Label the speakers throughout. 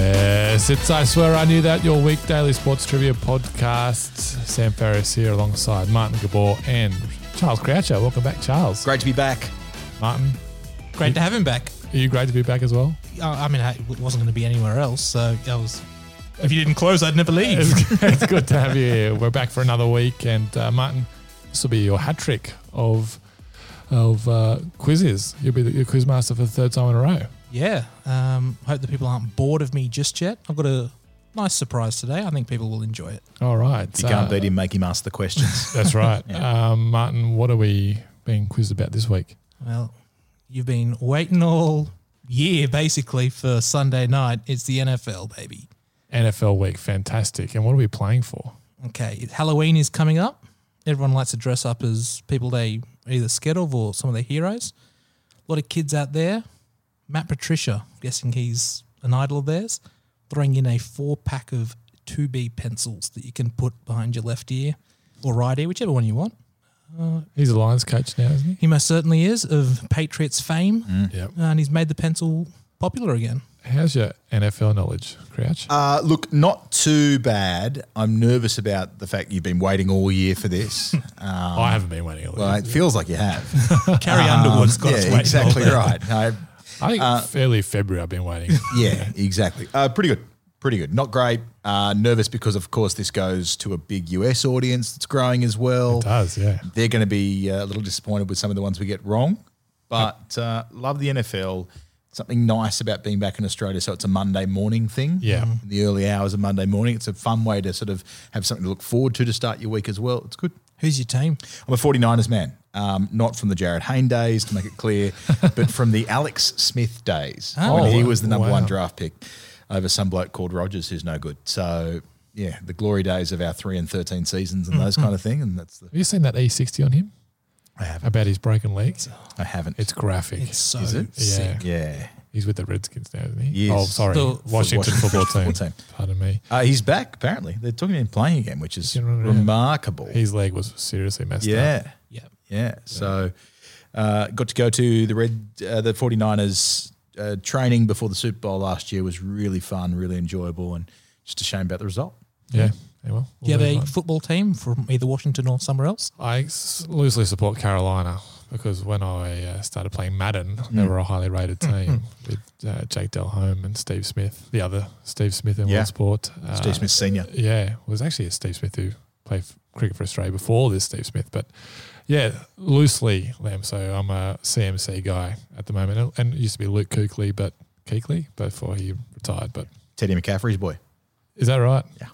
Speaker 1: Yes, it's I Swear I Knew That, your week daily sports trivia podcast. Sam Ferris here alongside Martin Gabor and Charles Croucher. Welcome back, Charles.
Speaker 2: Great to be back.
Speaker 1: Martin,
Speaker 3: Great to have him back.
Speaker 1: are you great to be back as well?
Speaker 3: Uh, I mean, I wasn't going to be anywhere else, so I was. If you didn't close, I'd never leave.
Speaker 1: It's, it's good to have you here. We're back for another week, and uh, Martin, this will be your hat trick of of uh, quizzes. You'll be the your quiz master for the third time in a row.
Speaker 3: yeah. Um, hope that people aren't bored of me just yet. I've got a nice surprise today. I think people will enjoy it.
Speaker 1: All right,
Speaker 2: If you
Speaker 1: uh,
Speaker 2: can't beat him, make him ask the questions.
Speaker 1: That's right, um, Martin. What are we being quizzed about this week?
Speaker 3: Well, you've been waiting all year basically for Sunday night. It's the NFL, baby.
Speaker 1: NFL week, fantastic. And what are we playing for?
Speaker 3: Okay, Halloween is coming up. Everyone likes to dress up as people they either scared of or some of their heroes. A lot of kids out there. Matt Patricia, guessing he's an idol of theirs, throwing in a four pack of 2B pencils that you can put behind your left ear or right ear, whichever one you want.
Speaker 1: He's a Lions coach now, isn't
Speaker 3: He most certainly is of Patriots fame,
Speaker 1: he? Yep.
Speaker 3: and he's made the pencil popular again.
Speaker 1: How's your NFL knowledge, Crouch?
Speaker 2: uh, look, not too bad. I'm nervous about the fact you've been waiting all year for this. Um,
Speaker 1: I haven't been waiting all
Speaker 2: well,
Speaker 1: year.
Speaker 2: it feels like you have. Um,
Speaker 3: Carrie Underwood's got its
Speaker 2: Ah, yeah,
Speaker 3: weight.
Speaker 2: exactly right. No,
Speaker 1: I think fairly February I've been waiting.
Speaker 2: yeah, exactly. Uh, pretty good. Pretty good. Not great. Uh, nervous because, of course, this goes to a big US audience that's growing as well.
Speaker 1: It does, yeah.
Speaker 2: They're going to be uh, a little disappointed with some of the ones we get wrong, but uh, love the NFL. Something nice about being back in Australia. So it's a Monday morning thing.
Speaker 1: Yeah.
Speaker 2: In the early hours of Monday morning. It's a fun way to sort of have something to look forward to to start your week as well. It's good.
Speaker 3: Who's your team?
Speaker 2: I'm a 49ers man, um, not from the Jared Hayne days, to make it clear, but from the Alex Smith days
Speaker 1: Oh,
Speaker 2: when he was the number
Speaker 1: wow.
Speaker 2: one draft pick over some bloke called Rogers who's no good. So, yeah, the glory days of our 3 and 13 seasons
Speaker 1: Mm-hmm.
Speaker 2: and those kind of thing. And that's the.
Speaker 1: Have you seen that E60 on him
Speaker 2: I haven't.
Speaker 1: about his broken leg?
Speaker 2: I haven't.
Speaker 1: It's graphic.
Speaker 3: It's so
Speaker 2: Is it?
Speaker 3: sick.
Speaker 1: yeah.
Speaker 2: yeah.
Speaker 1: He's with the Redskins now, isn't he?
Speaker 2: Yes.
Speaker 1: Oh, sorry.
Speaker 3: The-
Speaker 1: Washington football team.
Speaker 2: football team.
Speaker 1: Pardon me.
Speaker 2: Uh, he's back, apparently. They're talking about him playing again, which is
Speaker 1: Yeah, right, yeah.
Speaker 2: remarkable.
Speaker 1: His leg was seriously messed up.
Speaker 2: yeah.
Speaker 3: Yeah.
Speaker 2: Yeah. So uh, got to go to the Red uh, the 49ers uh, training before the Super Bowl last year was really fun, really enjoyable and just a shame about the result.
Speaker 1: Yeah. Yeah, well,
Speaker 3: Do you
Speaker 1: we'll
Speaker 3: have a
Speaker 1: move
Speaker 3: football team from either Washington or somewhere else?
Speaker 1: on. I s- loosely support Carolina because when I uh, started playing Madden,
Speaker 2: Mm.
Speaker 1: they were a highly rated
Speaker 2: Mm-hmm.
Speaker 1: team with uh, Jake Delhomme and Steve Smith, the other Steve Smith in
Speaker 2: Yeah.
Speaker 1: World Sport. Uh,
Speaker 2: Steve Smith senior.
Speaker 1: Yeah, it was actually a Steve Smith who played f- cricket for Australia before this Steve Smith, but yeah, loosely Lamb. So I'm a CMC guy at the moment, and- and it used to be Luke Kuechly, but Kuechly before he retired. But
Speaker 2: Teddy McCaffrey's boy.
Speaker 1: is that right?
Speaker 2: Yeah.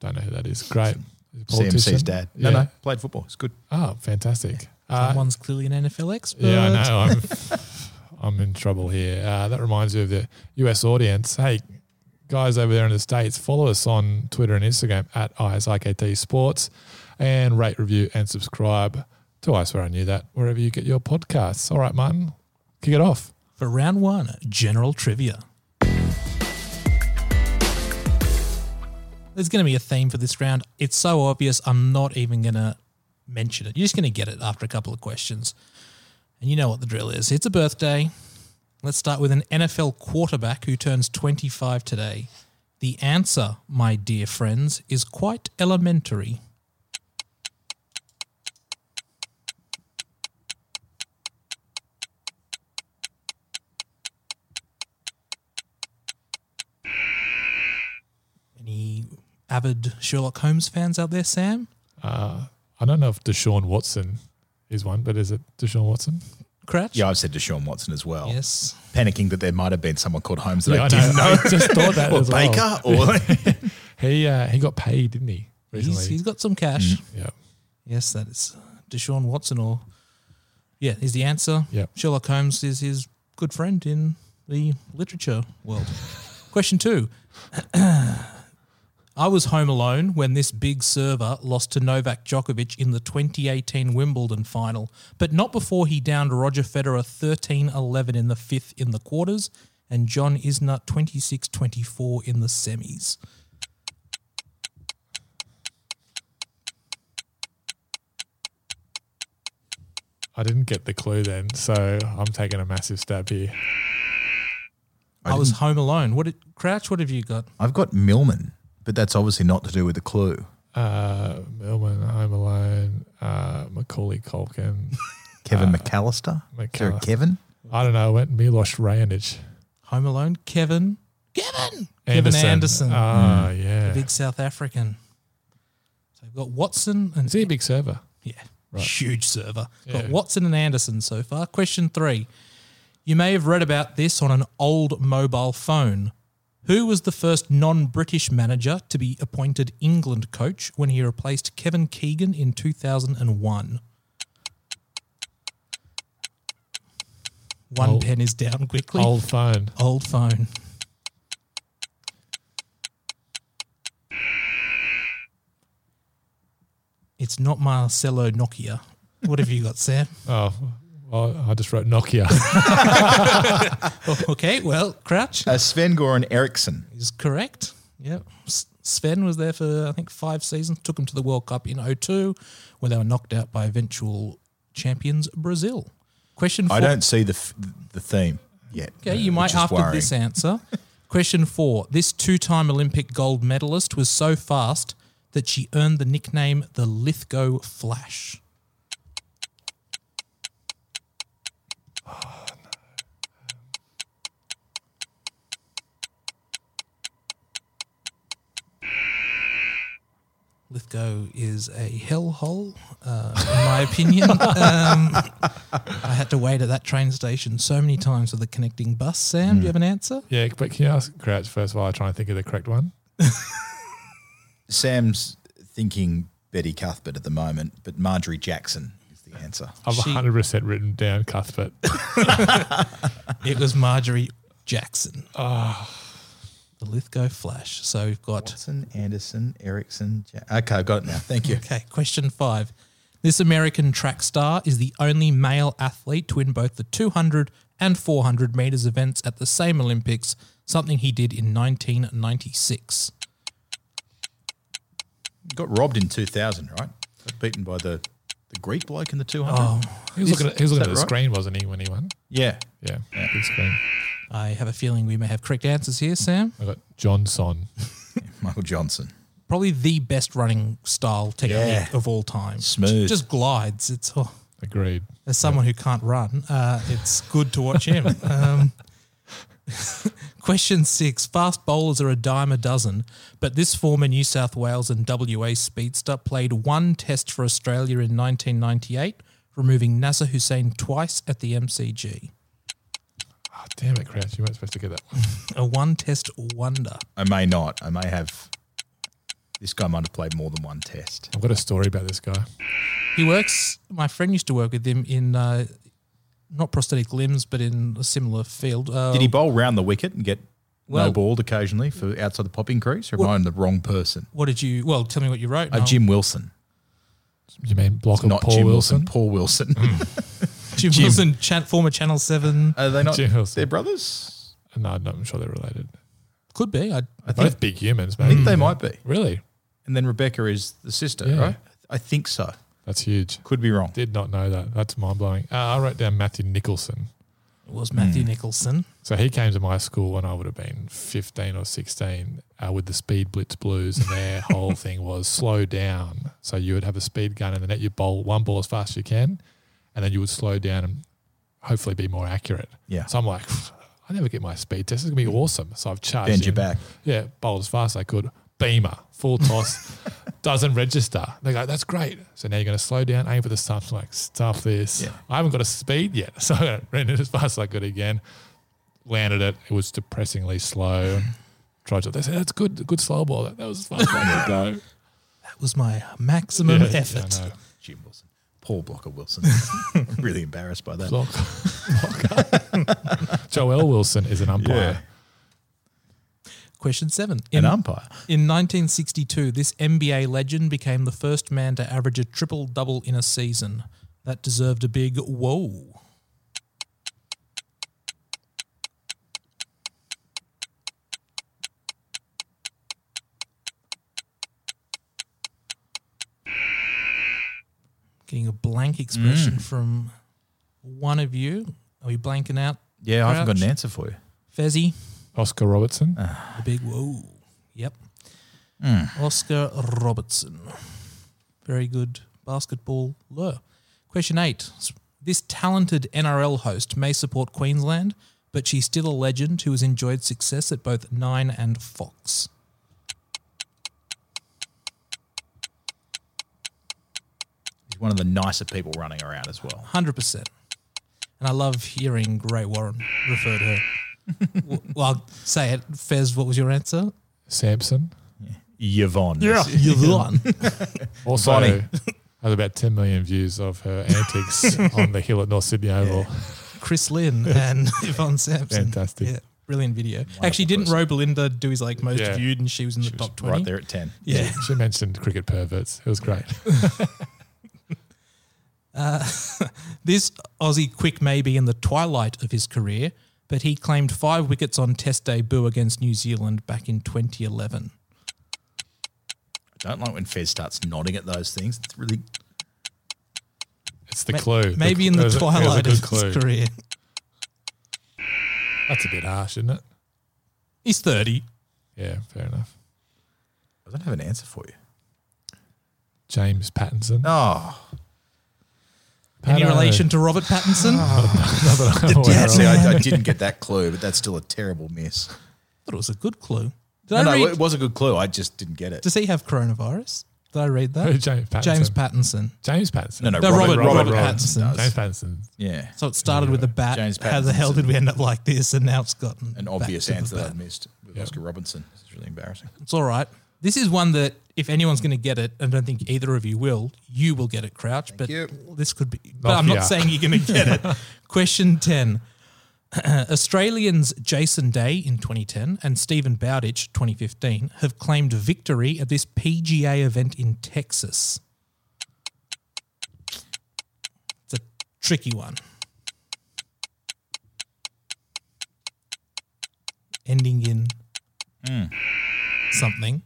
Speaker 1: don't know who that is. Great, He's a
Speaker 2: CMC's
Speaker 1: politician.
Speaker 2: dad. No,
Speaker 1: Yeah.
Speaker 2: no, played football. It's good.
Speaker 1: Oh, fantastic. Uh,
Speaker 3: Someone's clearly an NFL expert.
Speaker 1: yeah, I know. I'm, I'm in trouble here. Uh, that reminds me of the US audience. Hey, guys over there in the States, follow us on Twitter and Instagram at ISIKT Sports and rate, review, and subscribe to I Swear I Knew That wherever you get your podcasts. All right, Martin, kick it off.
Speaker 3: For round one, general trivia. There's going to be a theme for this round. It's so obvious, I'm not even going to mention it. You're just going to get it after a couple of questions. And you know what the drill is it's a birthday. Let's start with an NFL quarterback who turns 25 today. The answer, my dear friends, is quite elementary. Any avid Sherlock Holmes fans out there, Sam?
Speaker 1: I don't know if Deshaun Watson is one, but is it Deshaun Watson?
Speaker 3: Crouch?
Speaker 2: Yeah, I've said to Sean Watson as well.
Speaker 3: Yes.
Speaker 2: Panicking that there might have been someone called Holmes that
Speaker 1: Yeah,
Speaker 2: I didn't know.
Speaker 1: I just thought that
Speaker 2: or
Speaker 1: as well.
Speaker 2: Baker or
Speaker 1: He uh, he got paid, didn't he? Recently.
Speaker 3: He's, he's got some cash.
Speaker 1: yeah.
Speaker 3: Yes, that is Deshaun Watson or yeah, is the answer.
Speaker 1: Yep.
Speaker 3: Sherlock Holmes is his good friend in the literature world. Question two. I was home alone when this big server lost to Novak Djokovic in the 2018 Wimbledon final, but not before he downed Roger Federer 13 11 in the fifth in the quarters and John Isner 26 24 in the semis.
Speaker 1: I didn't get the clue then, so I'm taking a massive stab here.
Speaker 2: I I
Speaker 3: I, was
Speaker 2: didn't-
Speaker 3: home alone. What did, Crouch? What have you got?
Speaker 2: I've got Millman, but that's obviously not to do with the clue.
Speaker 1: Uh, Millman, Home Alone, uh, Macaulay Culkin.
Speaker 2: Kevin Uh, McAllister? Is there a
Speaker 1: McAllister.
Speaker 2: Kevin?
Speaker 1: I don't know. Went Milos Raonic.
Speaker 3: Home alone. Kevin. Kevin. Kevin Anderson.
Speaker 1: Ah, yeah.
Speaker 3: Big South African. So we've got Watson and
Speaker 1: Is he a big server?
Speaker 3: Yeah. Huge server. Got
Speaker 1: Yeah.
Speaker 3: Watson and Anderson so far. Question three. You may have read about this on an old mobile phone. Who was the first non British manager to be appointed England coach when he replaced Kevin Keegan in 2001? One
Speaker 1: Old-
Speaker 3: pen is down quickly.
Speaker 1: Old phone.
Speaker 3: Old phone. It's not Marcelo Nokia. What have you got, Sam?
Speaker 1: Oh, well, I just wrote Nokia.
Speaker 3: Okay, well, Crouch
Speaker 2: Uh, Sven Goran Eriksson.
Speaker 3: is correct. Yep. S- Sven was there for, I think, five seasons. Took them to the World Cup in 02, where they were knocked out by eventual champions Brazil. Question four.
Speaker 2: I don't see the f- the theme yet.
Speaker 3: Okay, you might
Speaker 2: which is
Speaker 3: after
Speaker 2: worrying.
Speaker 3: this answer. Question four. This two time Olympic gold medalist was so fast that she earned the nickname the Lithgow Flash. Lithgow is a hellhole, uh, in my opinion. um, I had to wait at that train station so many times for the connecting bus. Sam, do you have an answer?
Speaker 1: yeah, but can you ask Crouch first while I try and think of the correct one?
Speaker 2: Sam's thinking Betty Cuthbert at the moment, but Marjorie Jackson is the answer.
Speaker 1: I've
Speaker 3: She-
Speaker 1: 100% written down Cuthbert.
Speaker 3: It was Marjorie Jackson. Ah, The Lithgow Flash. So we've got
Speaker 2: Watson, Anderson, Erickson. Ja- okay, I got it now. Thank you.
Speaker 3: Okay, question five. This American track star is the only male athlete to win both the 200 and 400 meters events at the same Olympics, something he did in 1996.
Speaker 2: Got robbed in 2000, right? Got beaten by the, the Greek bloke in the 200.
Speaker 3: Oh.
Speaker 1: He was looking at, he was looking at
Speaker 2: that
Speaker 1: the
Speaker 2: right?
Speaker 1: screen, wasn't he, when he won?
Speaker 2: Yeah.
Speaker 1: Yeah, big screen.
Speaker 3: I have a feeling we may have correct answers here, Sam.
Speaker 1: I got Johnson.
Speaker 2: Michael Johnson.
Speaker 3: Probably the best running style technique
Speaker 2: Yeah.
Speaker 3: of all time.
Speaker 2: Smooth.
Speaker 3: Just glides. It's oh,
Speaker 1: Agreed.
Speaker 3: as someone who can't run, uh, it's good to watch him. Um, question six: Fast bowlers are a dime a dozen, but this former New South Wales and WA speedster played one Test for Australia in 1998, removing Nasser Hussain twice at the MCG.
Speaker 1: Oh, damn it, Crouch. You weren't supposed to get that one.
Speaker 3: A one-test wonder.
Speaker 2: I may not. I may have. This guy might have played more than one test.
Speaker 1: I've got a story about this guy.
Speaker 3: He works. My friend used to work with him in. Uh, not prosthetic limbs, but in a similar field. Uh,
Speaker 2: Did he bowl round the wicket and get
Speaker 3: Well-
Speaker 2: no balled occasionally for outside the popping crease? Or am I on the wrong person?
Speaker 3: What did you? Well, tell me what you wrote.
Speaker 2: Uh,
Speaker 3: and I'll-
Speaker 2: Jim Wilson.
Speaker 1: You mean block of
Speaker 2: Not
Speaker 1: Paul
Speaker 2: Jim
Speaker 1: Wilson?
Speaker 2: Wilson. Paul Wilson.
Speaker 3: Jim, Wilson, chan- former Channel Seven,
Speaker 2: Are they not?
Speaker 1: Jim Wilson.
Speaker 2: They're brothers.
Speaker 1: No, I'm not sure they're related.
Speaker 3: could be. I
Speaker 1: Both big humans, man.
Speaker 2: I think they might be.
Speaker 1: Really?
Speaker 2: And then Rebecca is the sister,
Speaker 1: Yeah.
Speaker 2: right? I think so.
Speaker 1: That's huge.
Speaker 2: Could be wrong.
Speaker 1: Did not know that. That's mind blowing. Uh, I wrote down Matthew Nicholson.
Speaker 3: It was Matthew
Speaker 1: Hmm.
Speaker 3: Nicholson.
Speaker 1: So he came to my school when I would have been 15 or 16 uh, with the Speed Blitz Blues, and their whole thing was slow down. So you would have a speed gun in the net, you bowl one ball as fast as you can, and then you would slow down and hopefully be more accurate.
Speaker 2: Yeah.
Speaker 1: So I'm like, I never get my speed test. It's going to be awesome. So I've charged.
Speaker 2: Bend your
Speaker 1: in.
Speaker 2: back.
Speaker 1: Yeah, bowled as fast as I could. Beamer, full toss, doesn't register. They go, that's great. So now you're going to slow down, aim for the stumps. I'm like, stuff this.
Speaker 2: Yeah.
Speaker 1: I haven't got a speed yet. So I ran it as fast as I could again. Landed it. It was depressingly slow. Tried to, they said, that's good, good slow ball. That, that was as fast as I could go.
Speaker 3: That was my maximum
Speaker 1: Yeah,
Speaker 3: effort.
Speaker 1: I know.
Speaker 2: Jim Wilson. Paul Blocker Wilson. I'm really embarrassed by that.
Speaker 1: Block. Block. Joel Wilson is an umpire.
Speaker 3: Question seven.
Speaker 2: An
Speaker 3: In,
Speaker 2: umpire.
Speaker 3: in 1962, this NBA legend became the first man to average a triple double in a season. That deserved a big whoa. Getting a blank expression from one of you. Are we blanking out?
Speaker 2: Yeah, I haven't got
Speaker 3: Crouch.
Speaker 2: an answer for you.
Speaker 3: Fezzi,
Speaker 1: Oscar Robertson.
Speaker 3: The big whoa. Yep. Oscar Robertson. Very good basketball lure. Question eight. This talented NRL host may support Queensland, but she's still a legend who has enjoyed success at both Nine and Fox.
Speaker 2: He's one of the nicer people running around as well.
Speaker 3: 100%. And I love hearing Ray Warren refer to her. W- well, I'll say it. Fez, what was your answer?
Speaker 1: Sampson.
Speaker 2: Yvonne. That's-
Speaker 3: Yvonne.
Speaker 1: Also
Speaker 2: Bonnie.
Speaker 1: has about 10 million views of her antics on the hill at North Sydney Oval.
Speaker 3: Chris Lynn and Yvonne Sampson.
Speaker 1: Fantastic.
Speaker 3: Yeah, brilliant video. Actually, didn't
Speaker 2: person.
Speaker 3: Ro Belinda do his like most
Speaker 1: Yeah.
Speaker 3: viewed and she was in the top 20?
Speaker 2: Right there at 10.
Speaker 3: Yeah.
Speaker 1: She mentioned cricket perverts. It was great.
Speaker 3: This Aussie quick may be in the twilight of his career, but he claimed five wickets on Test debut against New Zealand back in 2011.
Speaker 2: I don't like when Fez starts nodding at those things. It's really
Speaker 1: It's the
Speaker 3: Ma-
Speaker 1: clue.
Speaker 3: Maybe in
Speaker 1: It
Speaker 3: the
Speaker 1: was a- it was a
Speaker 3: twilight
Speaker 1: good
Speaker 3: of
Speaker 1: clue.
Speaker 3: his career.
Speaker 1: That's a bit harsh, isn't it?
Speaker 3: He's 30.
Speaker 1: Yeah, fair enough.
Speaker 2: I don't have an answer for you.
Speaker 1: James Pattinson.
Speaker 2: Oh,
Speaker 3: Any
Speaker 1: Patto.
Speaker 3: relation to Robert Pattinson? I
Speaker 2: yeah, see, I, I didn't get that clue, but that's still a terrible miss.
Speaker 3: thought it was a good clue. Did
Speaker 2: No,
Speaker 3: I
Speaker 2: no,
Speaker 3: read?
Speaker 2: it was a good clue. I just didn't get it.
Speaker 3: does he have coronavirus? Did I read that?
Speaker 1: James Pattinson.
Speaker 3: James Pattinson.
Speaker 1: James Pattinson.
Speaker 2: No, no,
Speaker 3: No,
Speaker 2: Robert,
Speaker 3: Robert,
Speaker 2: Robert,
Speaker 3: Robert
Speaker 2: Pattinson.
Speaker 3: Pattinson.
Speaker 1: James Pattinson.
Speaker 2: Yeah,
Speaker 3: So it started with a bat.
Speaker 2: James
Speaker 3: How the hell
Speaker 2: Pattinson.
Speaker 3: did we end up like this? And now it's gotten
Speaker 2: an
Speaker 3: back
Speaker 2: obvious
Speaker 3: to the
Speaker 2: answer that I
Speaker 3: bat.
Speaker 2: missed with Oscar Robinson. This is really embarrassing.
Speaker 3: It's all right. This is one that if anyone's going to get it, and I don't think either of you will, you will get it, Crouch. but
Speaker 2: you.
Speaker 3: this could be. But I'm not
Speaker 1: yeah.
Speaker 3: saying you're going to get it. Question ten: Australians Jason Day in 2010 and Stephen Bowditch 2015 have claimed victory at this PGA event in Texas. It's a tricky one. Ending in Hmm. something.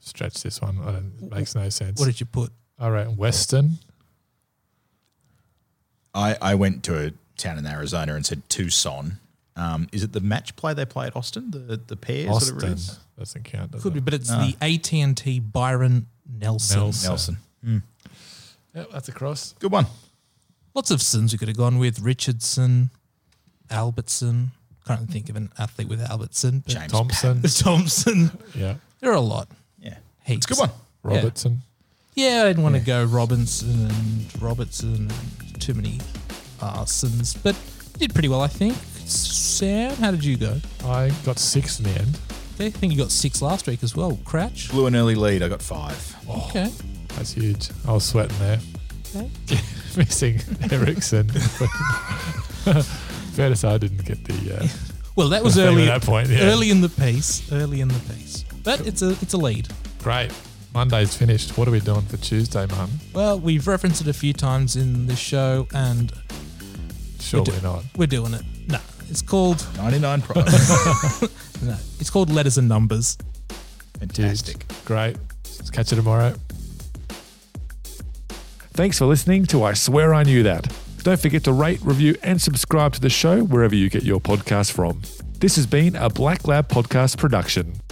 Speaker 1: Stretch this one. I don't, it makes no sense.
Speaker 3: What did you put?
Speaker 1: All right, Western.
Speaker 2: I, I went to a town in Arizona and said Tucson. Um, is it the match play they play at Austin? The the pair
Speaker 1: Austin.
Speaker 2: sort of race?
Speaker 1: Doesn't count. Does
Speaker 3: Could
Speaker 1: it?
Speaker 3: be, but it's the AT and T Byron Uh, Nelson.
Speaker 1: Nelson.
Speaker 2: Nelson.
Speaker 1: Yep, that's a cross.
Speaker 2: Good one.
Speaker 3: Lots of sins we could have gone with Richardson, Albertson. Can't think of an athlete with Albertson. But
Speaker 2: James
Speaker 1: Thompson.
Speaker 3: Thompson.
Speaker 1: Yeah.
Speaker 3: There are a lot.
Speaker 2: Yeah,
Speaker 3: Heaps.
Speaker 2: it's a good one.
Speaker 1: Robertson.
Speaker 3: Yeah, I didn't want to go Robinson and Robertson. and Too many Arsons, but did pretty well, I think. Sam, how did you go?
Speaker 1: I got six in the end.
Speaker 3: I think you got six last week as well. Crouch.
Speaker 2: Blew an early lead. I got five.
Speaker 3: Okay.
Speaker 1: That's huge. I was sweating there.
Speaker 3: okay.
Speaker 1: Missing Ericsson. Fair to say, I didn't get the. Uh,
Speaker 3: Well, that was
Speaker 1: Thing at
Speaker 3: early.
Speaker 1: that point, yeah.
Speaker 3: Early in the piece. Early in the piece. But it's a it's a lead.
Speaker 1: great. Monday's finished. What are we doing for Tuesday, Mum?
Speaker 3: Well, we've referenced it a few times in this show, and
Speaker 1: Surely not.
Speaker 3: we're doing it. No, it's called
Speaker 2: Ninety nine prize.
Speaker 3: no, it's called letters and numbers.
Speaker 2: Fantastic.
Speaker 1: Great. Catch you tomorrow.
Speaker 4: Thanks for listening to I Swear I Knew That. Don't forget to rate, review, and subscribe to the show wherever you get your podcast from. This has been a Black Lab Podcast production.